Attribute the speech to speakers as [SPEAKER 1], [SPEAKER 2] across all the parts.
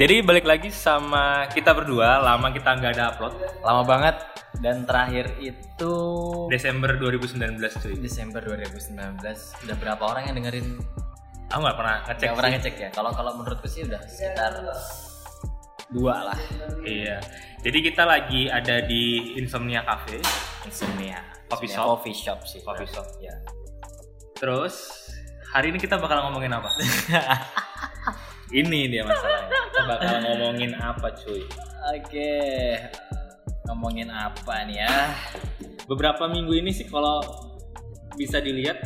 [SPEAKER 1] Jadi balik lagi sama kita berdua, lama kita nggak ada upload.
[SPEAKER 2] Lama banget dan terakhir itu
[SPEAKER 1] Desember 2019 cuy.
[SPEAKER 2] Desember 2019 udah berapa orang yang dengerin
[SPEAKER 1] Aku nggak pernah ngecek.
[SPEAKER 2] nggak pernah
[SPEAKER 1] sih.
[SPEAKER 2] ngecek ya kalau kalau menurutku sih udah sekitar dua lah
[SPEAKER 1] Iya. Jadi kita lagi ada di Insomnia Cafe.
[SPEAKER 2] insomnia
[SPEAKER 1] Coffee
[SPEAKER 2] Insomnia
[SPEAKER 1] shop.
[SPEAKER 2] coffee shop sih
[SPEAKER 1] Coffee shop.
[SPEAKER 2] ya
[SPEAKER 1] Terus hari ini kita bakal ngomongin apa? ini dia masalahnya. Kita bakal ngomongin apa cuy?
[SPEAKER 2] oke ngomongin apa nih ya
[SPEAKER 1] Beberapa minggu ini sih kalau bisa dilihat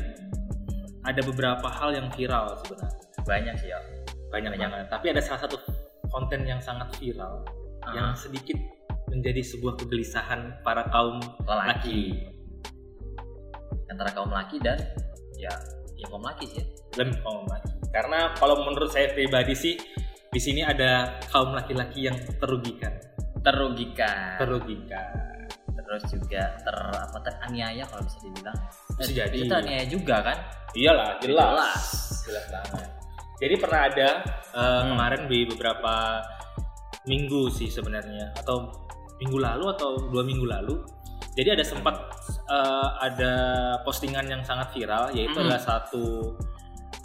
[SPEAKER 1] ada beberapa hal yang viral sebenarnya.
[SPEAKER 2] banyak sih ya
[SPEAKER 1] Banyak
[SPEAKER 2] Banyak.
[SPEAKER 1] banget. Tapi ada salah satu konten yang sangat viral yang
[SPEAKER 2] yang
[SPEAKER 1] sedikit menjadi sebuah kegelisahan para kaum
[SPEAKER 2] lelaki
[SPEAKER 1] laki
[SPEAKER 2] antara kaum laki dan ya ya kaum laki sih ya.
[SPEAKER 1] lebih kaum laki Oh, karena kalau menurut saya pribadi sih di sini ada kaum laki-laki yang terrugikan
[SPEAKER 2] terugikan
[SPEAKER 1] terrugikan
[SPEAKER 2] terus juga ter apa teraniaya kalau bisa dibilang
[SPEAKER 1] Bisa
[SPEAKER 2] Eh,
[SPEAKER 1] jadi.
[SPEAKER 2] itu teraniaya juga kan
[SPEAKER 1] iyalah jelas banget jadi pernah ada eh, kemarin di beberapa minggu sih sebenarnya atau minggu lalu atau dua minggu lalu jadi ada sempat eh, ada postingan yang sangat viral yaitu
[SPEAKER 2] Mm.
[SPEAKER 1] adalah satu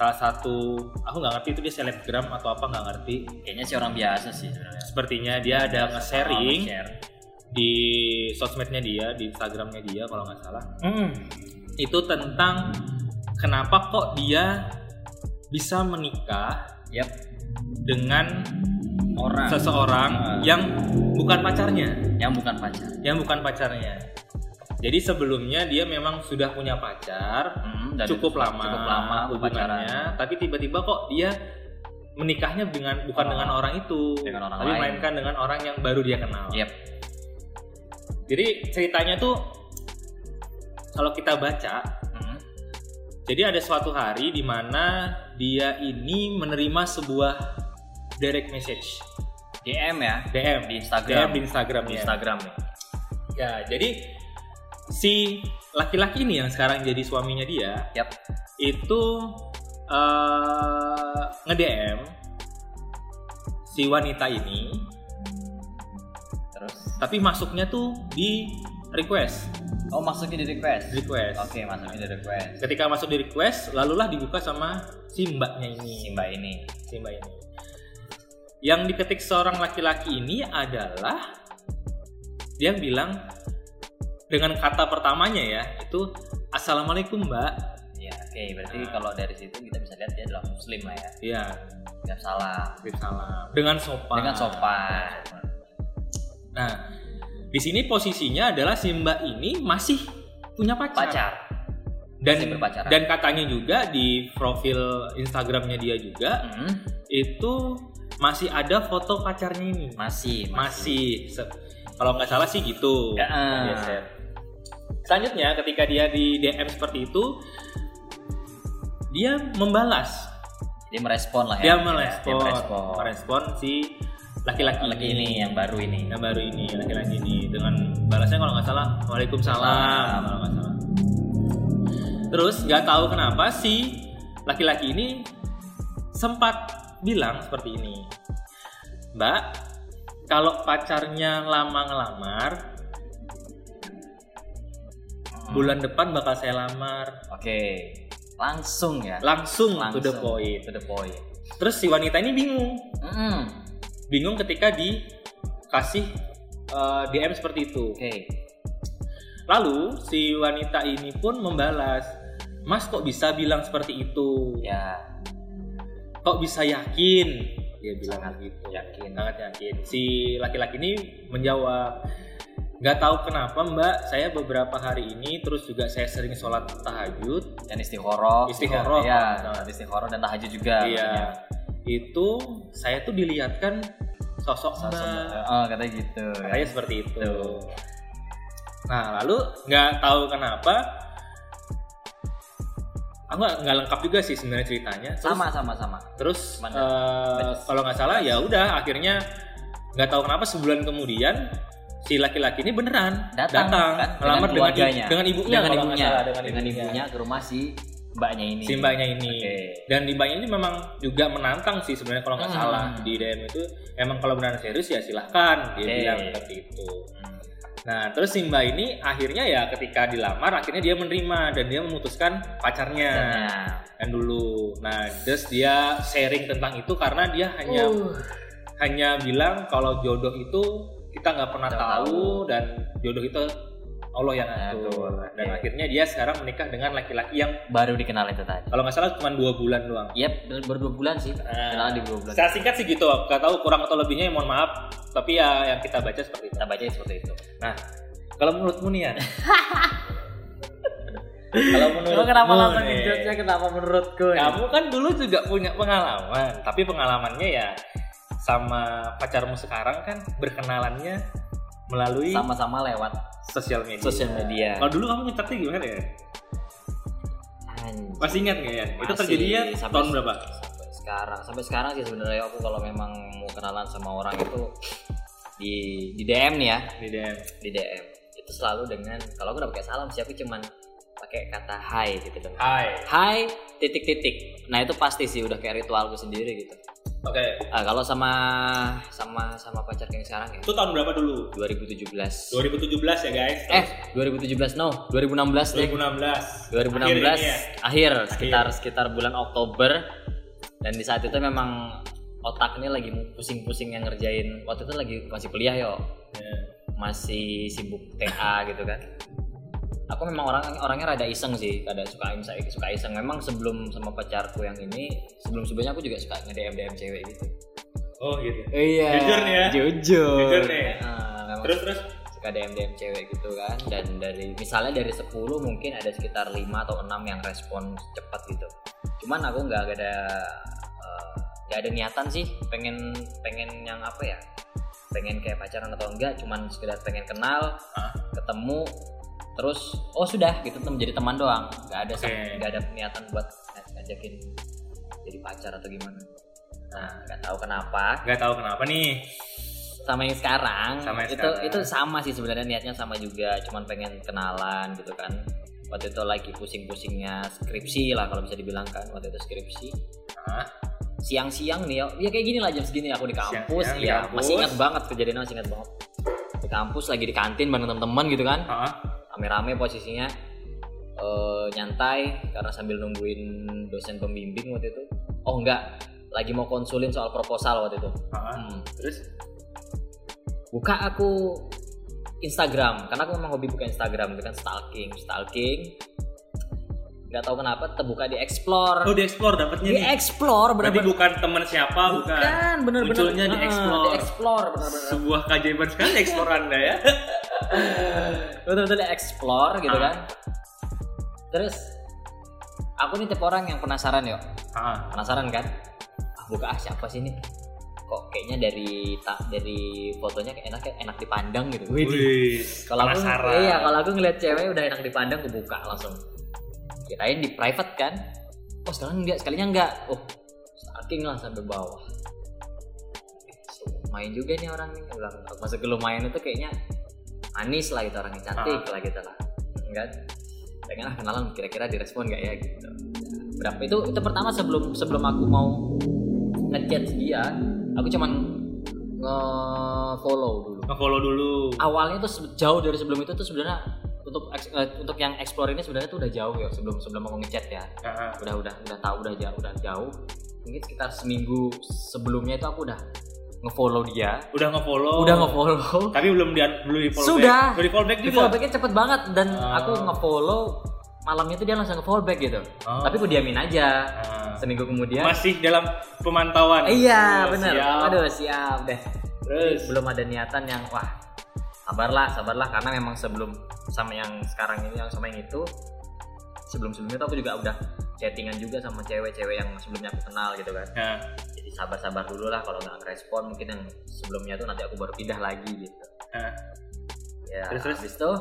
[SPEAKER 1] salah satu aku nggak ngerti itu dia selebgram atau apa nggak ngerti
[SPEAKER 2] kayaknya sih orang biasa sih sebenarnya
[SPEAKER 1] sepertinya dia ada
[SPEAKER 2] Orang
[SPEAKER 1] nge-sharing
[SPEAKER 2] share.
[SPEAKER 1] di sosmednya dia di instagramnya dia kalau nggak salah itu tentang kenapa kok dia bisa menikah
[SPEAKER 2] Yap.
[SPEAKER 1] dengan
[SPEAKER 2] orang Ah.
[SPEAKER 1] seseorang yang bukan pacarnya
[SPEAKER 2] yang bukan pacar
[SPEAKER 1] yang bukan pacarnya jadi sebelumnya dia memang sudah punya pacar
[SPEAKER 2] Hmm, dan
[SPEAKER 1] cukup
[SPEAKER 2] itu-
[SPEAKER 1] lama
[SPEAKER 2] cukup lama
[SPEAKER 1] hubungannya
[SPEAKER 2] pacaran
[SPEAKER 1] tapi tiba-tiba kok dia menikahnya dengan bukan
[SPEAKER 2] Orang-
[SPEAKER 1] dengan orang itu
[SPEAKER 2] dengan orang
[SPEAKER 1] tapi
[SPEAKER 2] lain. Iya.
[SPEAKER 1] melainkan dengan orang yang baru dia kenal
[SPEAKER 2] Yep.
[SPEAKER 1] Jadi ceritanya tuh kalau kita baca,
[SPEAKER 2] Hmm.
[SPEAKER 1] jadi ada suatu hari di mana dia ini menerima sebuah direct message
[SPEAKER 2] DM ya
[SPEAKER 1] DM DM
[SPEAKER 2] di Instagram Iya.
[SPEAKER 1] di Instagram
[SPEAKER 2] Di Instagram nih
[SPEAKER 1] Ya, jadi si laki-laki ini yang sekarang jadi suaminya dia
[SPEAKER 2] Yap.
[SPEAKER 1] itu eh, nge-DM si wanita ini,
[SPEAKER 2] terus
[SPEAKER 1] tapi masuknya tuh di request,
[SPEAKER 2] oh masuknya di request
[SPEAKER 1] request.
[SPEAKER 2] oke masuknya di request
[SPEAKER 1] ketika masuk di request lalulah dibuka sama si mbaknya
[SPEAKER 2] si
[SPEAKER 1] ini
[SPEAKER 2] mbak ini
[SPEAKER 1] si mbak ini yang diketik seorang laki-laki ini adalah dia bilang dengan kata pertamanya ya itu assalamualaikum mbak
[SPEAKER 2] ya oke berarti
[SPEAKER 1] Ah.
[SPEAKER 2] kalau dari situ kita bisa lihat dia adalah muslim lah ya
[SPEAKER 1] ya
[SPEAKER 2] nggak salah
[SPEAKER 1] titip salam dengan sopan
[SPEAKER 2] dengan sopan
[SPEAKER 1] nah di sini posisinya adalah si mbak ini masih punya pacar,
[SPEAKER 2] pacar
[SPEAKER 1] dan
[SPEAKER 2] masih berpacaran.
[SPEAKER 1] dan katanya juga di profil Instagramnya dia juga
[SPEAKER 2] Hmm,
[SPEAKER 1] itu masih ada foto pacarnya ini masih,
[SPEAKER 2] masih
[SPEAKER 1] Se- kalau nggak salah sih gitu
[SPEAKER 2] Ya, ah.
[SPEAKER 1] Dia share. selanjutnya ketika dia di DM seperti itu dia membalas
[SPEAKER 2] dia merespon lah
[SPEAKER 1] dia
[SPEAKER 2] ya
[SPEAKER 1] merespon
[SPEAKER 2] dia merespon
[SPEAKER 1] merespon si laki-laki
[SPEAKER 2] lagi ini yang baru ini
[SPEAKER 1] yang baru ini laki-laki ini dengan balasnya kalau nggak salah waalaikumsalam kalau nggak salah terus nggak tahu kenapa si laki-laki ini sempat bilang seperti ini mbak kalau pacarnya lama ngelamar
[SPEAKER 2] Hmm.
[SPEAKER 1] bulan depan bakal saya lamar
[SPEAKER 2] oke langsung ya
[SPEAKER 1] langsung, to the
[SPEAKER 2] Langsung.
[SPEAKER 1] point
[SPEAKER 2] to the point Hmm,
[SPEAKER 1] terus si wanita ini bingung
[SPEAKER 2] Mm-mm.
[SPEAKER 1] bingung ketika dikasih eh, DM seperti itu
[SPEAKER 2] oke
[SPEAKER 1] Lalu si wanita ini pun membalas, Mas kok bisa bilang seperti itu?
[SPEAKER 2] ya
[SPEAKER 1] Kok bisa yakin? Dia bilang hal gitu.
[SPEAKER 2] yakin
[SPEAKER 1] Sangat yakin. Si laki-laki ini menjawab, nggak tahu kenapa Mbak, saya beberapa hari ini terus juga saya sering sholat tahajud.
[SPEAKER 2] dan istihoroh
[SPEAKER 1] Istikharah.
[SPEAKER 2] ya istihoroh dan tahajud juga maksudnya.
[SPEAKER 1] Iya. Itu saya tuh dilihatkan sosok
[SPEAKER 2] Sama- sama-
[SPEAKER 1] Mbak.
[SPEAKER 2] oh katanya gitu ya.
[SPEAKER 1] Katanya seperti itu. Nah, lalu nggak tahu kenapa aku nggak- nggak lengkap juga sih sebenarnya ceritanya. Terus,
[SPEAKER 2] sama sama sama
[SPEAKER 1] Terus
[SPEAKER 2] Mana?
[SPEAKER 1] eh,
[SPEAKER 2] Bedes.
[SPEAKER 1] kalau nggak salah ya udah akhirnya nggak tahu kenapa sebulan kemudian si laki-laki ini beneran
[SPEAKER 2] datang, kan
[SPEAKER 1] melamar dengan, i-
[SPEAKER 2] keluarganya
[SPEAKER 1] dengan ibunya
[SPEAKER 2] dengan
[SPEAKER 1] kalau nggak
[SPEAKER 2] ibunya
[SPEAKER 1] salah,
[SPEAKER 2] dengan ibunya ke rumah si mbaknya ini
[SPEAKER 1] si mbaknya ini
[SPEAKER 2] Oke.
[SPEAKER 1] dan di mbaknya ini memang juga menantang sih sebenarnya kalau nggak
[SPEAKER 2] Hmm.
[SPEAKER 1] salah di DM itu emang kalau benar serius ya silahkan dia
[SPEAKER 2] Oke.
[SPEAKER 1] bilang seperti itu
[SPEAKER 2] Hmm.
[SPEAKER 1] nah terus si mbak ini akhirnya ya ketika dilamar akhirnya dia menerima dan dia memutuskan pacarnya
[SPEAKER 2] Nah,
[SPEAKER 1] dan dulu nah terus dia sharing tentang itu karena dia hanya
[SPEAKER 2] uh,
[SPEAKER 1] hanya bilang kalau jodoh itu kita nggak pernah
[SPEAKER 2] Nggak
[SPEAKER 1] tahu dan jodoh itu Allah yang
[SPEAKER 2] Atur,
[SPEAKER 1] atur dan
[SPEAKER 2] oke.
[SPEAKER 1] akhirnya dia sekarang menikah dengan laki-laki yang
[SPEAKER 2] baru dikenal itu tadi
[SPEAKER 1] kalau nggak salah cuma dua bulan doang Nah,
[SPEAKER 2] Yap, baru dua bulan sih. Kenalan di dua bulan.
[SPEAKER 1] Secara singkat sih gitu, nggak tahu kurang atau lebihnya ya mohon maaf. Tapi ya yang kita baca seperti itu.
[SPEAKER 2] Kita baca seperti itu.
[SPEAKER 1] Nah, kalau menurutmu nih ya. kalau menurut
[SPEAKER 2] Kenapa menurutku?
[SPEAKER 1] Kamu kan dulu juga punya pengalaman, tapi pengalamannya ya sama pacarmu sekarang kan berkenalannya melalui
[SPEAKER 2] Sama-sama lewat
[SPEAKER 1] sosial media.
[SPEAKER 2] sosial media.
[SPEAKER 1] Kalau dulu kamu ngecatatnya gimana ya?
[SPEAKER 2] Anjir.
[SPEAKER 1] Masih ingat nggak ya? Itu
[SPEAKER 2] Masih,
[SPEAKER 1] terjadi ya
[SPEAKER 2] sampai-
[SPEAKER 1] tahun berapa?
[SPEAKER 2] Sampai sekarang, sampai sekarang sih sebenarnya aku kalau memang mau kenalan sama orang itu di di DM nih ya,
[SPEAKER 1] Di DM.
[SPEAKER 2] di DM itu selalu dengan kalau aku udah pakai salam sih aku cuman pakai kata hai gitu dong.
[SPEAKER 1] Hai.
[SPEAKER 2] Hai titik titik. Nah itu pasti sih udah kayak ritualku sendiri gitu.
[SPEAKER 1] Oke.
[SPEAKER 2] Ah, kalau sama sama sama pacar yang sekarang ya
[SPEAKER 1] Itu tahun berapa dulu?
[SPEAKER 2] 2017.
[SPEAKER 1] 2017 ya guys.
[SPEAKER 2] eh 2017 no 2016 deh
[SPEAKER 1] 2016.
[SPEAKER 2] 2016
[SPEAKER 1] Akhir
[SPEAKER 2] akhir,
[SPEAKER 1] ini ya?
[SPEAKER 2] sekitar sekitar bulan Oktober dan di saat itu memang otak ini lagi pusing-pusing yang ngerjain waktu itu lagi masih kuliah yo
[SPEAKER 1] Ya.
[SPEAKER 2] masih sibuk TA gitu kan aku memang orang orangnya rada iseng sih rada suka iseng suka iseng memang sebelum sama pacarku yang ini sebelum sebelumnya aku juga suka nge DM DM cewek gitu
[SPEAKER 1] Oh gitu.
[SPEAKER 2] iya
[SPEAKER 1] Jujur nih ya.
[SPEAKER 2] jujur,
[SPEAKER 1] Jujur nih.
[SPEAKER 2] Ah, memang
[SPEAKER 1] Terus terus.
[SPEAKER 2] suka DM DM cewek gitu kan dan dari misalnya dari 10 mungkin ada sekitar 5 atau 6 yang respon cepat gitu cuman aku nggak nggak ada eh, nggak ada niatan sih pengen pengen yang apa ya pengen kayak pacaran atau enggak cuman sekedar pengen kenal
[SPEAKER 1] Hah?
[SPEAKER 2] ketemu terus oh sudah gitu tem jadi teman doang nggak ada sam-
[SPEAKER 1] Oke.
[SPEAKER 2] nggak ada niatan buat ngajakin jadi pacar atau gimana nah nggak tahu kenapa
[SPEAKER 1] Gak tahu kenapa nih.
[SPEAKER 2] sama yang sekarang
[SPEAKER 1] Sama yang
[SPEAKER 2] itu
[SPEAKER 1] sekarang.
[SPEAKER 2] itu sama sih sebenarnya niatnya sama juga cuman pengen kenalan gitu kan waktu itu lagi pusing-pusingnya skripsi lah kalau bisa dibilang kan waktu itu skripsi
[SPEAKER 1] Hah?
[SPEAKER 2] siang-siang nih ya, ya kayak gini lah jam segini aku di kampus
[SPEAKER 1] Siang-siang di
[SPEAKER 2] ya
[SPEAKER 1] kampus.
[SPEAKER 2] masih ingat banget kejadiannya masih ingat banget di kampus lagi di kantin bareng teman-teman gitu kan
[SPEAKER 1] Hah?
[SPEAKER 2] rame-rame posisinya eh, nyantai karena sambil nungguin dosen pembimbing waktu itu oh enggak lagi mau konsulin soal proposal waktu itu
[SPEAKER 1] Hah?
[SPEAKER 2] Hmm
[SPEAKER 1] Terus?
[SPEAKER 2] buka aku Instagram karena aku memang hobi buka Instagram gitu kan stalking stalking nggak tahu kenapa terbuka di
[SPEAKER 1] Oh
[SPEAKER 2] explore
[SPEAKER 1] di explore dapatnya
[SPEAKER 2] Ah. di
[SPEAKER 1] nih.
[SPEAKER 2] explore
[SPEAKER 1] Berarti
[SPEAKER 2] bener-bener
[SPEAKER 1] bukan teman siapa, bukan.
[SPEAKER 2] bukan bener-bener
[SPEAKER 1] Munculnya di
[SPEAKER 2] Ah,
[SPEAKER 1] explore.
[SPEAKER 2] di explore bener-bener
[SPEAKER 1] Sebuah keajaiban sekali explore Anda ya.
[SPEAKER 2] betul-betul di explore gitu
[SPEAKER 1] Ah.
[SPEAKER 2] kan terus aku nih tipe orang yang penasaran yo
[SPEAKER 1] Hah?
[SPEAKER 2] penasaran kan ah, buka ah siapa sih ini kok kayaknya dari tak dari fotonya kayak enak enak dipandang gitu
[SPEAKER 1] Wih.
[SPEAKER 2] Kalau aku
[SPEAKER 1] Penasaran.
[SPEAKER 2] iya, kalau aku ngeliat cewek udah enak dipandang aku buka langsung. Kirain di private kan. Oh, sekarang enggak, sekalinya enggak. Oh, stalking lah sampai bawah. Main juga nih orang nih, Aku bilang aku masuk ke lumayan itu kayaknya manis lah gitu orangnya cantik lah gitu lah. Enggak pengen ah kenalan kira-kira direspon enggak ya gitu. Berapa itu itu pertama sebelum sebelum aku mau ngechat dia, aku cuman nge-follow dulu
[SPEAKER 1] Nge-follow dulu.
[SPEAKER 2] awalnya tuh se- jauh dari sebelum itu tuh sebenarnya untuk eks- eh, untuk yang explore ini sebenarnya tuh udah jauh ya sebelum sebelum aku ngechat ya
[SPEAKER 1] Hah?
[SPEAKER 2] udah udah udah tahu udah jauh udah jauh mungkin sekitar seminggu sebelumnya itu aku udah ngefollow dia
[SPEAKER 1] Udah nge-follow.
[SPEAKER 2] udah ngefollow
[SPEAKER 1] Tapi belum di belum di follow
[SPEAKER 2] Sudah.
[SPEAKER 1] back. Belum di follow back juga.
[SPEAKER 2] follow backnya cepet banget dan
[SPEAKER 1] Ah.
[SPEAKER 2] aku ngefollow malamnya tuh dia langsung ngefollow back gitu
[SPEAKER 1] Ah.
[SPEAKER 2] tapi aku diamin aja
[SPEAKER 1] Ah.
[SPEAKER 2] seminggu kemudian
[SPEAKER 1] Masih dalam pemantauan.
[SPEAKER 2] iya
[SPEAKER 1] Oh,
[SPEAKER 2] benar
[SPEAKER 1] siap.
[SPEAKER 2] aduh siap deh
[SPEAKER 1] Terus.
[SPEAKER 2] belum ada niatan yang wah sabarlah sabarlah karena memang sebelum sama yang sekarang ini yang sama yang itu sebelum sebelumnya tuh aku juga udah chattingan juga sama cewek-cewek yang sebelumnya aku kenal gitu kan
[SPEAKER 1] Nah,
[SPEAKER 2] jadi sabar-sabar dulu lah kalau nggak respon mungkin yang sebelumnya tuh nanti aku baru pindah lagi gitu
[SPEAKER 1] nah,
[SPEAKER 2] ya
[SPEAKER 1] Terus, terus?
[SPEAKER 2] habis itu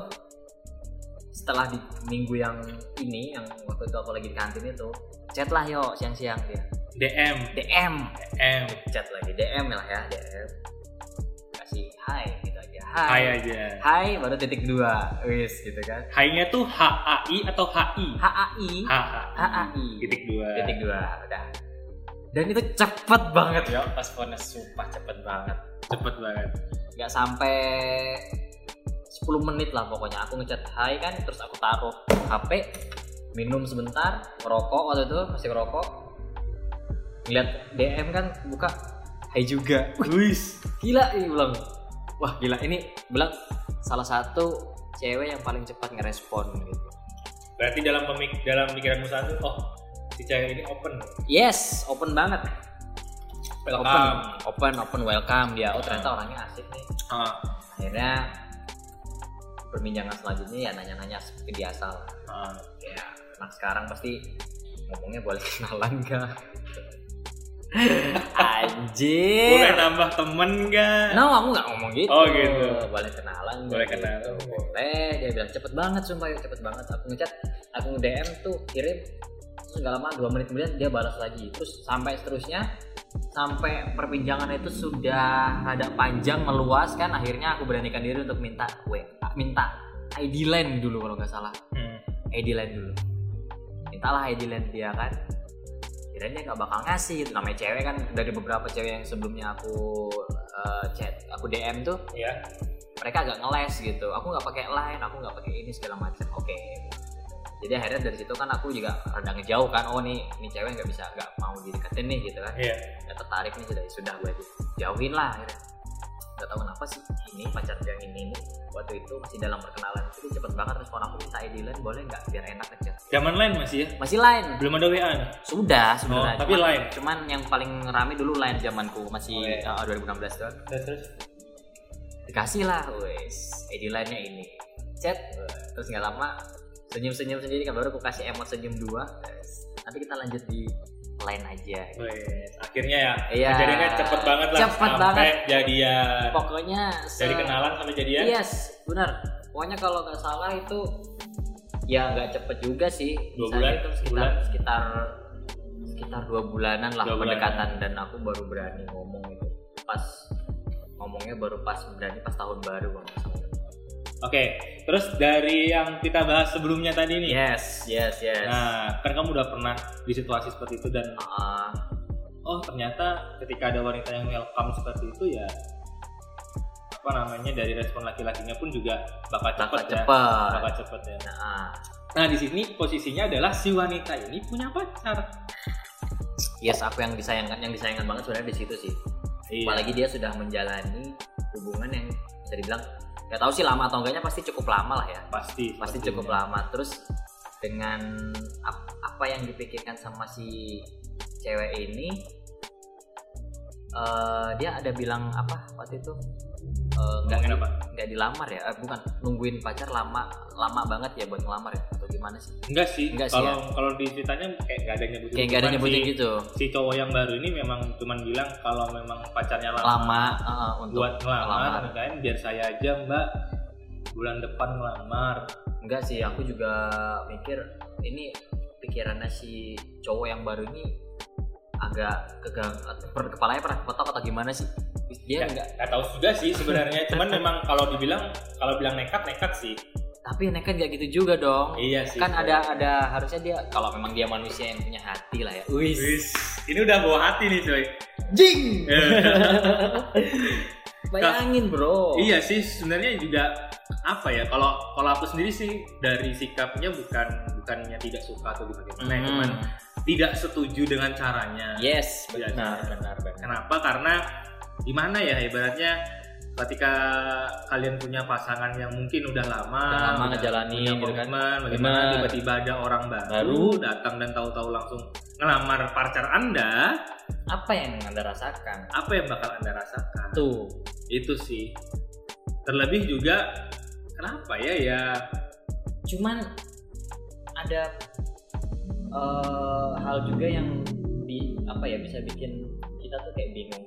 [SPEAKER 2] setelah di minggu yang ini yang waktu itu aku lagi di kantin itu chat lah yo siang-siang dia
[SPEAKER 1] DM,
[SPEAKER 2] DM
[SPEAKER 1] DM.
[SPEAKER 2] chat lagi DM lah ya DM kasih hai gitu aja
[SPEAKER 1] Hai
[SPEAKER 2] hai
[SPEAKER 1] aja.
[SPEAKER 2] hai baru titik dua wis gitu kan
[SPEAKER 1] Hai-nya tuh H A I atau H I?
[SPEAKER 2] HAI
[SPEAKER 1] H A
[SPEAKER 2] HAI
[SPEAKER 1] titik dua.
[SPEAKER 2] titik dua udah dan itu cepet banget ya responnya sumpah cepet banget
[SPEAKER 1] Cepet banget.
[SPEAKER 2] nggak sampai 10 menit lah pokoknya aku ngechat hai kan terus aku taruh HP minum sebentar rokok waktu itu masih rokok ngeliat DM kan buka hai juga
[SPEAKER 1] Wis.
[SPEAKER 2] gila ini bilang wah gila ini bilang salah satu cewek yang paling cepat ngerespon gitu
[SPEAKER 1] Berarti dalam pemik dalam pikiranmu saat itu, oh si cewek ini open.
[SPEAKER 2] yes open banget open
[SPEAKER 1] Welcome. Nah.
[SPEAKER 2] open open welcome dia oh ternyata orangnya asik nih
[SPEAKER 1] Ah,
[SPEAKER 2] akhirnya perbincangan selanjutnya ya nanya-nanya seperti biasa lah
[SPEAKER 1] ah.
[SPEAKER 2] ya anak sekarang pasti ngomongnya boleh kenalan gak
[SPEAKER 1] Boleh
[SPEAKER 2] anjir
[SPEAKER 1] nambah temen gak?
[SPEAKER 2] no aku nggak ngomong gitu
[SPEAKER 1] Oh, gitu.
[SPEAKER 2] boleh kenalan nggak
[SPEAKER 1] Boleh kenalan.
[SPEAKER 2] gitu. boleh dia bilang cepet banget sumpah yuk, cepet banget aku ngechat aku dm tuh kirim terus nggak lama dua menit kemudian dia balas lagi terus sampai seterusnya sampai perbincangan itu sudah rada panjang meluas kan akhirnya aku beranikan diri untuk minta we minta ID line dulu kalau nggak salah
[SPEAKER 1] Hmm.
[SPEAKER 2] ID land dulu mintalah ID land dia kan kirain dia nggak bakal ngasih gitu. namanya cewek kan dari beberapa cewek yang sebelumnya aku eh, chat aku DM tuh
[SPEAKER 1] Ya.
[SPEAKER 2] mereka agak ngeles gitu aku nggak pakai line aku nggak pakai ini segala macam oke jadi akhirnya dari situ kan aku juga rada ngejauh kan oh nih ini cewek nggak bisa nggak mau dideketin nih gitu kan
[SPEAKER 1] Iya.
[SPEAKER 2] nggak tertarik nih sudah sudah gue jauhin lah akhirnya nggak tahu kenapa sih ini pacar yang ini nih waktu itu masih dalam perkenalan itu cepet banget respon aku minta ID line boleh nggak biar enak aja
[SPEAKER 1] Zaman lain masih ya?
[SPEAKER 2] masih lain
[SPEAKER 1] Belum ada WA nih.
[SPEAKER 2] sudah sebenarnya
[SPEAKER 1] Oh, tapi
[SPEAKER 2] cuman,
[SPEAKER 1] lain.
[SPEAKER 2] cuman yang paling rame dulu lain zamanku masih
[SPEAKER 1] Oh, iya.
[SPEAKER 2] uh, 2016 doang
[SPEAKER 1] Terus, terus.
[SPEAKER 2] dikasih lah wes ID line-nya ini chat wes. terus nggak lama senyum senyum sendiri kan baru aku kasih emot senyum dua wes. nanti kita lanjut di lain aja
[SPEAKER 1] Wes, akhirnya ya.
[SPEAKER 2] Iya.
[SPEAKER 1] Kejadiannya cepet banget lah.
[SPEAKER 2] Cepet
[SPEAKER 1] sampai
[SPEAKER 2] banget. Iya.
[SPEAKER 1] jadian.
[SPEAKER 2] pokoknya se-
[SPEAKER 1] Dari kenalan sampai jadian.
[SPEAKER 2] yes benar pokoknya kalau nggak salah itu ya nggak cepet juga sih
[SPEAKER 1] Dua
[SPEAKER 2] Misalnya
[SPEAKER 1] bulan,
[SPEAKER 2] itu sekitar
[SPEAKER 1] sebulan.
[SPEAKER 2] sekitar sekitar dua bulanan lah
[SPEAKER 1] Dua bulanan.
[SPEAKER 2] pendekatan dan aku baru berani ngomong itu pas ngomongnya baru pas berani pas tahun baru kalau nggak salah.
[SPEAKER 1] Oke. Terus dari yang kita bahas sebelumnya tadi nih.
[SPEAKER 2] yes yes yes
[SPEAKER 1] Nah, kan kamu udah pernah di situasi seperti itu dan
[SPEAKER 2] Ah,
[SPEAKER 1] oh ternyata ketika ada wanita yang welcome seperti itu ya apa namanya dari respon laki-lakinya pun juga bakal
[SPEAKER 2] bakal
[SPEAKER 1] cepet ya.
[SPEAKER 2] cepat.
[SPEAKER 1] Bakal cepet ya.
[SPEAKER 2] Nah,
[SPEAKER 1] Nah di sini posisinya adalah si wanita ini punya pacar.
[SPEAKER 2] yes aku yang disayangkan, yang disayangkan banget sebenarnya di situ sih.
[SPEAKER 1] Iya.
[SPEAKER 2] Apalagi dia sudah menjalani hubungan yang bisa dibilang nggak tahu sih lama atau enggaknya pasti cukup lama lah ya.
[SPEAKER 1] pasti
[SPEAKER 2] Pasti
[SPEAKER 1] sepertinya.
[SPEAKER 2] cukup lama. Terus dengan ap- apa yang dipikirkan sama si cewek ini eh, dia ada bilang apa waktu itu Eh, nggak
[SPEAKER 1] Ngomongin apa?
[SPEAKER 2] nggak dilamar ya Eh, bukan nungguin pacar lama lama banget ya buat ngelamar ya atau gimana sih
[SPEAKER 1] Enggak sih.
[SPEAKER 2] Enggak sih, ya.
[SPEAKER 1] Kalau kalau di ceritanya kayak nggak ada nyebutin.
[SPEAKER 2] kayak nggak ada
[SPEAKER 1] Cuman
[SPEAKER 2] nyebutin
[SPEAKER 1] si,
[SPEAKER 2] gitu
[SPEAKER 1] Si cowok yang baru ini memang cuman bilang kalau memang pacarnya lama,
[SPEAKER 2] lama eh, untuk
[SPEAKER 1] buat ngelamar,
[SPEAKER 2] ngelamar.
[SPEAKER 1] nikahin biar saya aja Mbak bulan depan ngelamar.
[SPEAKER 2] enggak sih aku juga mikir ini pikirannya si cowok yang baru ini agak kegang per kepalanya pernah kepetok atau gimana sih dia enggak
[SPEAKER 1] Nggak tahu juga sih sebenarnya. cuman memang kalau dibilang kalau bilang nekat nekat sih.
[SPEAKER 2] tapi nekat enggak gitu juga dong
[SPEAKER 1] Iya sih.
[SPEAKER 2] kan ada ada harusnya dia kalau memang dia manusia yang punya hati lah ya wis
[SPEAKER 1] Wis, ini udah bawa hati nih coy.
[SPEAKER 2] jing
[SPEAKER 1] Eh,
[SPEAKER 2] bayangin bro
[SPEAKER 1] iya sih sebenarnya juga apa ya kalau kalau aku sendiri sih dari sikapnya bukan bukannya tidak suka atau gimana
[SPEAKER 2] Hmm.
[SPEAKER 1] cuman tidak setuju dengan caranya.
[SPEAKER 2] yes
[SPEAKER 1] Iya,
[SPEAKER 2] benar
[SPEAKER 1] iya.
[SPEAKER 2] benar benar
[SPEAKER 1] Kenapa? Karena gimana ya ibaratnya ketika kalian punya pasangan yang mungkin udah lama,
[SPEAKER 2] Udah lama
[SPEAKER 1] udah
[SPEAKER 2] ngejalanin
[SPEAKER 1] punya
[SPEAKER 2] gitu kan.
[SPEAKER 1] komitmen, bagaimana
[SPEAKER 2] Bener.
[SPEAKER 1] tiba-tiba ada orang baru,
[SPEAKER 2] Baru.
[SPEAKER 1] datang dan tahu-tahu langsung ngelamar pacar Anda,
[SPEAKER 2] apa yang anda rasakan
[SPEAKER 1] apa yang bakal Anda rasakan?
[SPEAKER 2] tuh
[SPEAKER 1] Itu sih. Terlebih juga kenapa ya ya
[SPEAKER 2] cuman ada eh, hal juga yang di apa ya bisa bikin kita tuh kayak bingung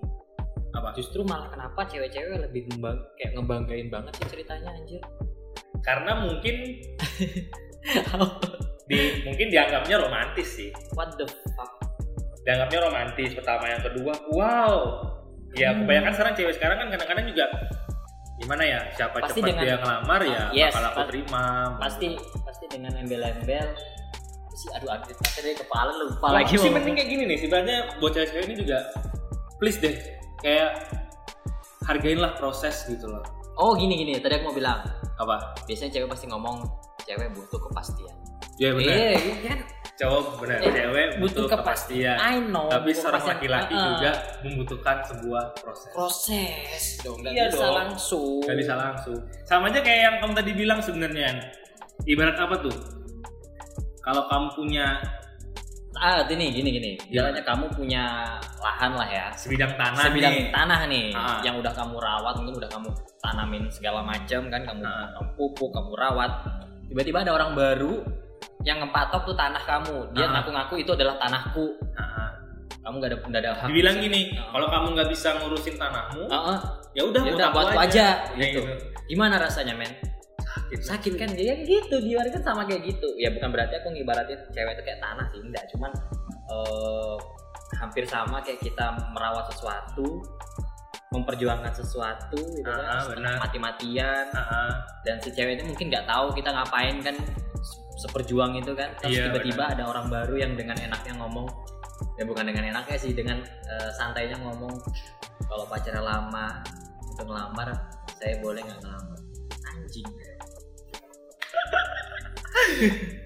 [SPEAKER 1] apa?
[SPEAKER 2] justru malah kenapa cewek-cewek lebih ngembang kayak ngebanggain banget sih ceritanya anjir
[SPEAKER 1] Karena mungkin di mungkin dianggapnya romantis sih.
[SPEAKER 2] what the fuck
[SPEAKER 1] dianggapnya romantis pertama yang kedua wow ya
[SPEAKER 2] Hmm.
[SPEAKER 1] kebanyakan sekarang cewek sekarang kan kadang-kadang juga gimana ya siapa
[SPEAKER 2] Pasti
[SPEAKER 1] cepat
[SPEAKER 2] dengan- Ah,
[SPEAKER 1] dia ngelamar ya
[SPEAKER 2] Yes,
[SPEAKER 1] bakal aku
[SPEAKER 2] pa-
[SPEAKER 1] terima Gitu.
[SPEAKER 2] pasti pasti dengan embel-embel si aduh aduh pasti dari kepala lupa
[SPEAKER 1] Nah,
[SPEAKER 2] lagi
[SPEAKER 1] sih
[SPEAKER 2] mau-
[SPEAKER 1] penting kayak gini nih sebenarnya buat cewek-cewek ini juga please deh kayak hargainlah proses gitu loh
[SPEAKER 2] oh gini gini tadi aku mau bilang
[SPEAKER 1] apa
[SPEAKER 2] biasanya cewek pasti ngomong cewek butuh kepastian
[SPEAKER 1] ya benar
[SPEAKER 2] iya iya kan
[SPEAKER 1] cowok benar
[SPEAKER 2] Eh,
[SPEAKER 1] cewek butuh
[SPEAKER 2] butuh
[SPEAKER 1] kepastian
[SPEAKER 2] I know
[SPEAKER 1] tapi seorang
[SPEAKER 2] kepastian.
[SPEAKER 1] laki-laki
[SPEAKER 2] Ah, ah.
[SPEAKER 1] juga membutuhkan sebuah proses
[SPEAKER 2] proses dong nggak
[SPEAKER 1] Iya
[SPEAKER 2] bisa
[SPEAKER 1] dong.
[SPEAKER 2] langsung
[SPEAKER 1] Gak bisa langsung. Sama aja kayak yang kamu tadi bilang sebenarnya. Yan. Ibarat apa tuh? Kalau kamu punya
[SPEAKER 2] ah gini gini gini
[SPEAKER 1] Gimana?
[SPEAKER 2] jalannya kamu punya lahan lah ya
[SPEAKER 1] sebidang tanah
[SPEAKER 2] sebidang
[SPEAKER 1] nih.
[SPEAKER 2] tanah nih
[SPEAKER 1] Ah.
[SPEAKER 2] yang udah kamu rawat mungkin udah kamu tanamin segala macam kan kamu,
[SPEAKER 1] Ah.
[SPEAKER 2] kamu pupuk kamu rawat tiba-tiba ada orang baru yang ngepatok tuh tanah kamu dia
[SPEAKER 1] Ah.
[SPEAKER 2] ngaku-ngaku itu adalah tanahku
[SPEAKER 1] Nah,
[SPEAKER 2] kamu gak ada nggak ada hak
[SPEAKER 1] dibilang gini,
[SPEAKER 2] Ah.
[SPEAKER 1] kalau kamu nggak bisa ngurusin tanahmu,
[SPEAKER 2] Ah, ah.
[SPEAKER 1] ya udah
[SPEAKER 2] ya
[SPEAKER 1] buat
[SPEAKER 2] udah
[SPEAKER 1] aku
[SPEAKER 2] buat aku aja,
[SPEAKER 1] Kayak
[SPEAKER 2] gitu.
[SPEAKER 1] gitu.
[SPEAKER 2] gimana rasanya men
[SPEAKER 1] Sakit.
[SPEAKER 2] sakit
[SPEAKER 1] Hmm.
[SPEAKER 2] kan dia gitu dia kan sama kayak gitu ya bukan berarti aku ngibaratin cewek itu kayak tanah sih enggak cuman eh, hampir sama kayak kita merawat sesuatu memperjuangkan sesuatu gitu
[SPEAKER 1] Ah,
[SPEAKER 2] kan
[SPEAKER 1] benar.
[SPEAKER 2] mati-matian
[SPEAKER 1] Ah,
[SPEAKER 2] dan si cewek itu mungkin nggak tahu kita ngapain kan se- seperjuang itu kan terus
[SPEAKER 1] Iya,
[SPEAKER 2] tiba-tiba ada orang baru yang dengan enaknya ngomong ya bukan dengan enaknya sih dengan eh, santainya ngomong kalau pacarnya lama untuk ngelamar saya boleh nggak ngelamar anjing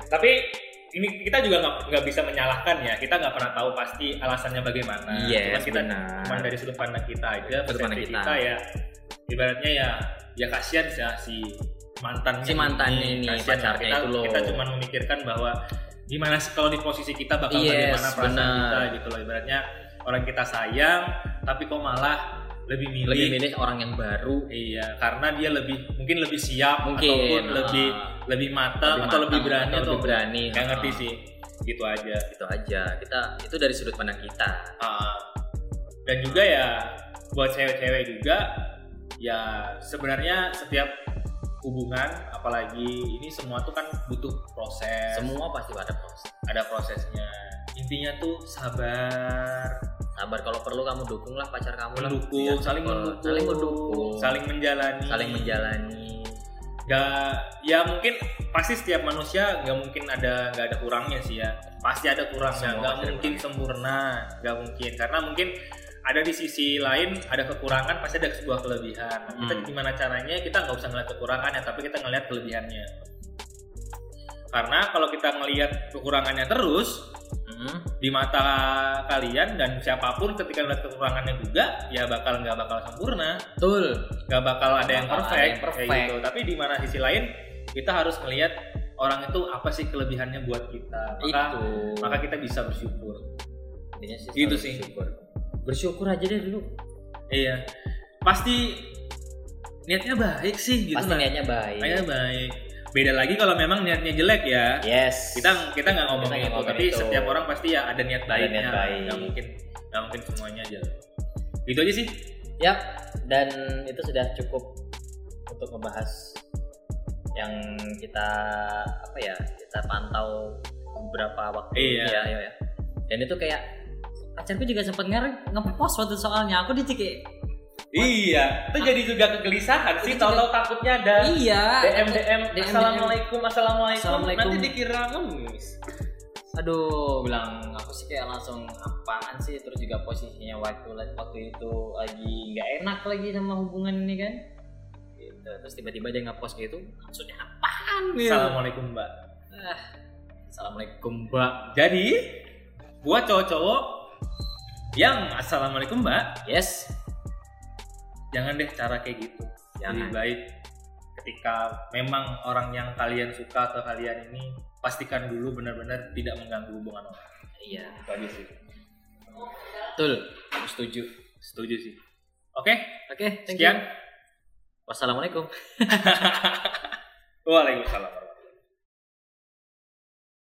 [SPEAKER 1] Tapi ini kita juga nggak nggak bisa menyalahkan ya. Kita nggak pernah tahu pasti alasannya bagaimana.
[SPEAKER 2] Iya
[SPEAKER 1] Cuman kita
[SPEAKER 2] benar.
[SPEAKER 1] cuman dari sudut pandang kita aja,
[SPEAKER 2] Sudut pandang
[SPEAKER 1] persepsi
[SPEAKER 2] kita.
[SPEAKER 1] kita. ya. Ibaratnya ya ya kasihan sih ah, si mantan
[SPEAKER 2] Si mantannya ini, pacarnya
[SPEAKER 1] kita,
[SPEAKER 2] itu loh.
[SPEAKER 1] Kita cuma memikirkan bahwa gimana sih kalau di posisi kita bakal
[SPEAKER 2] Yes,
[SPEAKER 1] bagaimana perasaan
[SPEAKER 2] benar.
[SPEAKER 1] kita gitu loh. Ibaratnya orang kita sayang tapi kok malah lebih milih,
[SPEAKER 2] lebih milih orang yang baru
[SPEAKER 1] Iya, karena dia lebih mungkin lebih siap
[SPEAKER 2] Mungkin,
[SPEAKER 1] ataupun
[SPEAKER 2] ah.
[SPEAKER 1] lebih lebih matang atau
[SPEAKER 2] matang,
[SPEAKER 1] lebih berani
[SPEAKER 2] atau
[SPEAKER 1] atau
[SPEAKER 2] lebih berani
[SPEAKER 1] nggak ngerti
[SPEAKER 2] Ah,
[SPEAKER 1] sih gitu aja
[SPEAKER 2] itu aja kita itu dari sudut pandang kita
[SPEAKER 1] Ah, dan juga ya buat cewek-cewek juga ya sebenarnya setiap hubungan apalagi ini semua tuh kan butuh proses
[SPEAKER 2] semua pasti pada proses
[SPEAKER 1] ada prosesnya intinya tuh sabar
[SPEAKER 2] sabar kalau perlu kamu dukunglah pacar kamu lah.
[SPEAKER 1] mendukung
[SPEAKER 2] Biar
[SPEAKER 1] saling
[SPEAKER 2] cepet.
[SPEAKER 1] mendukung
[SPEAKER 2] saling mendukung
[SPEAKER 1] saling menjalani
[SPEAKER 2] saling menjalani
[SPEAKER 1] Gak, ya mungkin pasti setiap manusia nggak mungkin ada nggak ada kurangnya sih ya. Pasti ada kurangnya.
[SPEAKER 2] Semua
[SPEAKER 1] Nggak
[SPEAKER 2] pasti ada
[SPEAKER 1] mungkin
[SPEAKER 2] kurangnya.
[SPEAKER 1] sempurna, nggak mungkin. Karena mungkin ada di sisi lain ada kekurangan pasti ada sebuah kelebihan. Nah, Kita
[SPEAKER 2] Hmm.
[SPEAKER 1] gimana caranya kita nggak usah ngeliat kekurangannya, tapi kita ngeliat kelebihannya. Karena kalau kita ngelihat kekurangannya terus
[SPEAKER 2] Mm-mm.
[SPEAKER 1] di mata kalian dan siapapun ketika ngeliat kekurangannya juga ya bakal nggak bakal sempurna
[SPEAKER 2] betul
[SPEAKER 1] nggak bakal ada
[SPEAKER 2] Nggak
[SPEAKER 1] yang
[SPEAKER 2] bakal ada
[SPEAKER 1] perfect,
[SPEAKER 2] yang perfect.
[SPEAKER 1] kayak gitu. Tapi di mana sisi lain kita harus melihat orang itu apa sih kelebihannya buat kita. Maka
[SPEAKER 2] itu
[SPEAKER 1] maka kita bisa bersyukur.
[SPEAKER 2] Intinya sih
[SPEAKER 1] Gitu
[SPEAKER 2] selalu
[SPEAKER 1] sih.
[SPEAKER 2] bersyukur bersyukur aja deh dulu
[SPEAKER 1] Iya. Pasti niatnya baik sih gitu
[SPEAKER 2] pasti
[SPEAKER 1] lah.
[SPEAKER 2] niatnya baik
[SPEAKER 1] Niatnya baik. Beda lagi kalau memang niatnya jelek ya.
[SPEAKER 2] yes
[SPEAKER 1] Kita kita nggak ngomong
[SPEAKER 2] nggak
[SPEAKER 1] itu,
[SPEAKER 2] ngomongin
[SPEAKER 1] tapi
[SPEAKER 2] itu.
[SPEAKER 1] setiap orang pasti ya ada niat
[SPEAKER 2] Ada niat
[SPEAKER 1] baiknya.
[SPEAKER 2] baik.
[SPEAKER 1] Nggak mungkin nggak mungkin semuanya jelek. Gitu aja sih.
[SPEAKER 2] yap dan itu sudah cukup untuk ngebahas yang kita apa ya kita pantau beberapa waktu
[SPEAKER 1] Iya.
[SPEAKER 2] ya, ya, ya. dan itu kayak pacarku juga sempat nge- ngepost waktu soalnya aku dicek
[SPEAKER 1] Iya, itu jadi juga kegelisahan sih.
[SPEAKER 2] Itu
[SPEAKER 1] Tahu-tahu takutnya ada
[SPEAKER 2] iya
[SPEAKER 1] DM DM
[SPEAKER 2] DM.
[SPEAKER 1] assalamualaikum assalamualaikum,
[SPEAKER 2] Assalamualaikum.
[SPEAKER 1] nanti dikira ngemis
[SPEAKER 2] aduh bilang aku sih kayak langsung apaan sih terus juga posisinya waktu waktu itu lagi nggak enak lagi sama hubungan ini kan gitu. terus tiba-tiba dia ngepost gitu maksudnya apaan gitu
[SPEAKER 1] assalamualaikum mbak
[SPEAKER 2] Ah, assalamualaikum mbak
[SPEAKER 1] jadi buat cowok-cowok yang assalamualaikum mbak
[SPEAKER 2] yes
[SPEAKER 1] jangan deh cara kayak gitu
[SPEAKER 2] Jangan.
[SPEAKER 1] lebih baik ketika memang orang yang kalian suka atau kalian ini pastikan dulu benar-benar tidak mengganggu hubungan orang
[SPEAKER 2] iya
[SPEAKER 1] itu aja sih
[SPEAKER 2] betul aku setuju
[SPEAKER 1] setuju sih oke
[SPEAKER 2] oke thank you.
[SPEAKER 1] sekian
[SPEAKER 2] wassalamualaikum
[SPEAKER 1] waalaikumsalam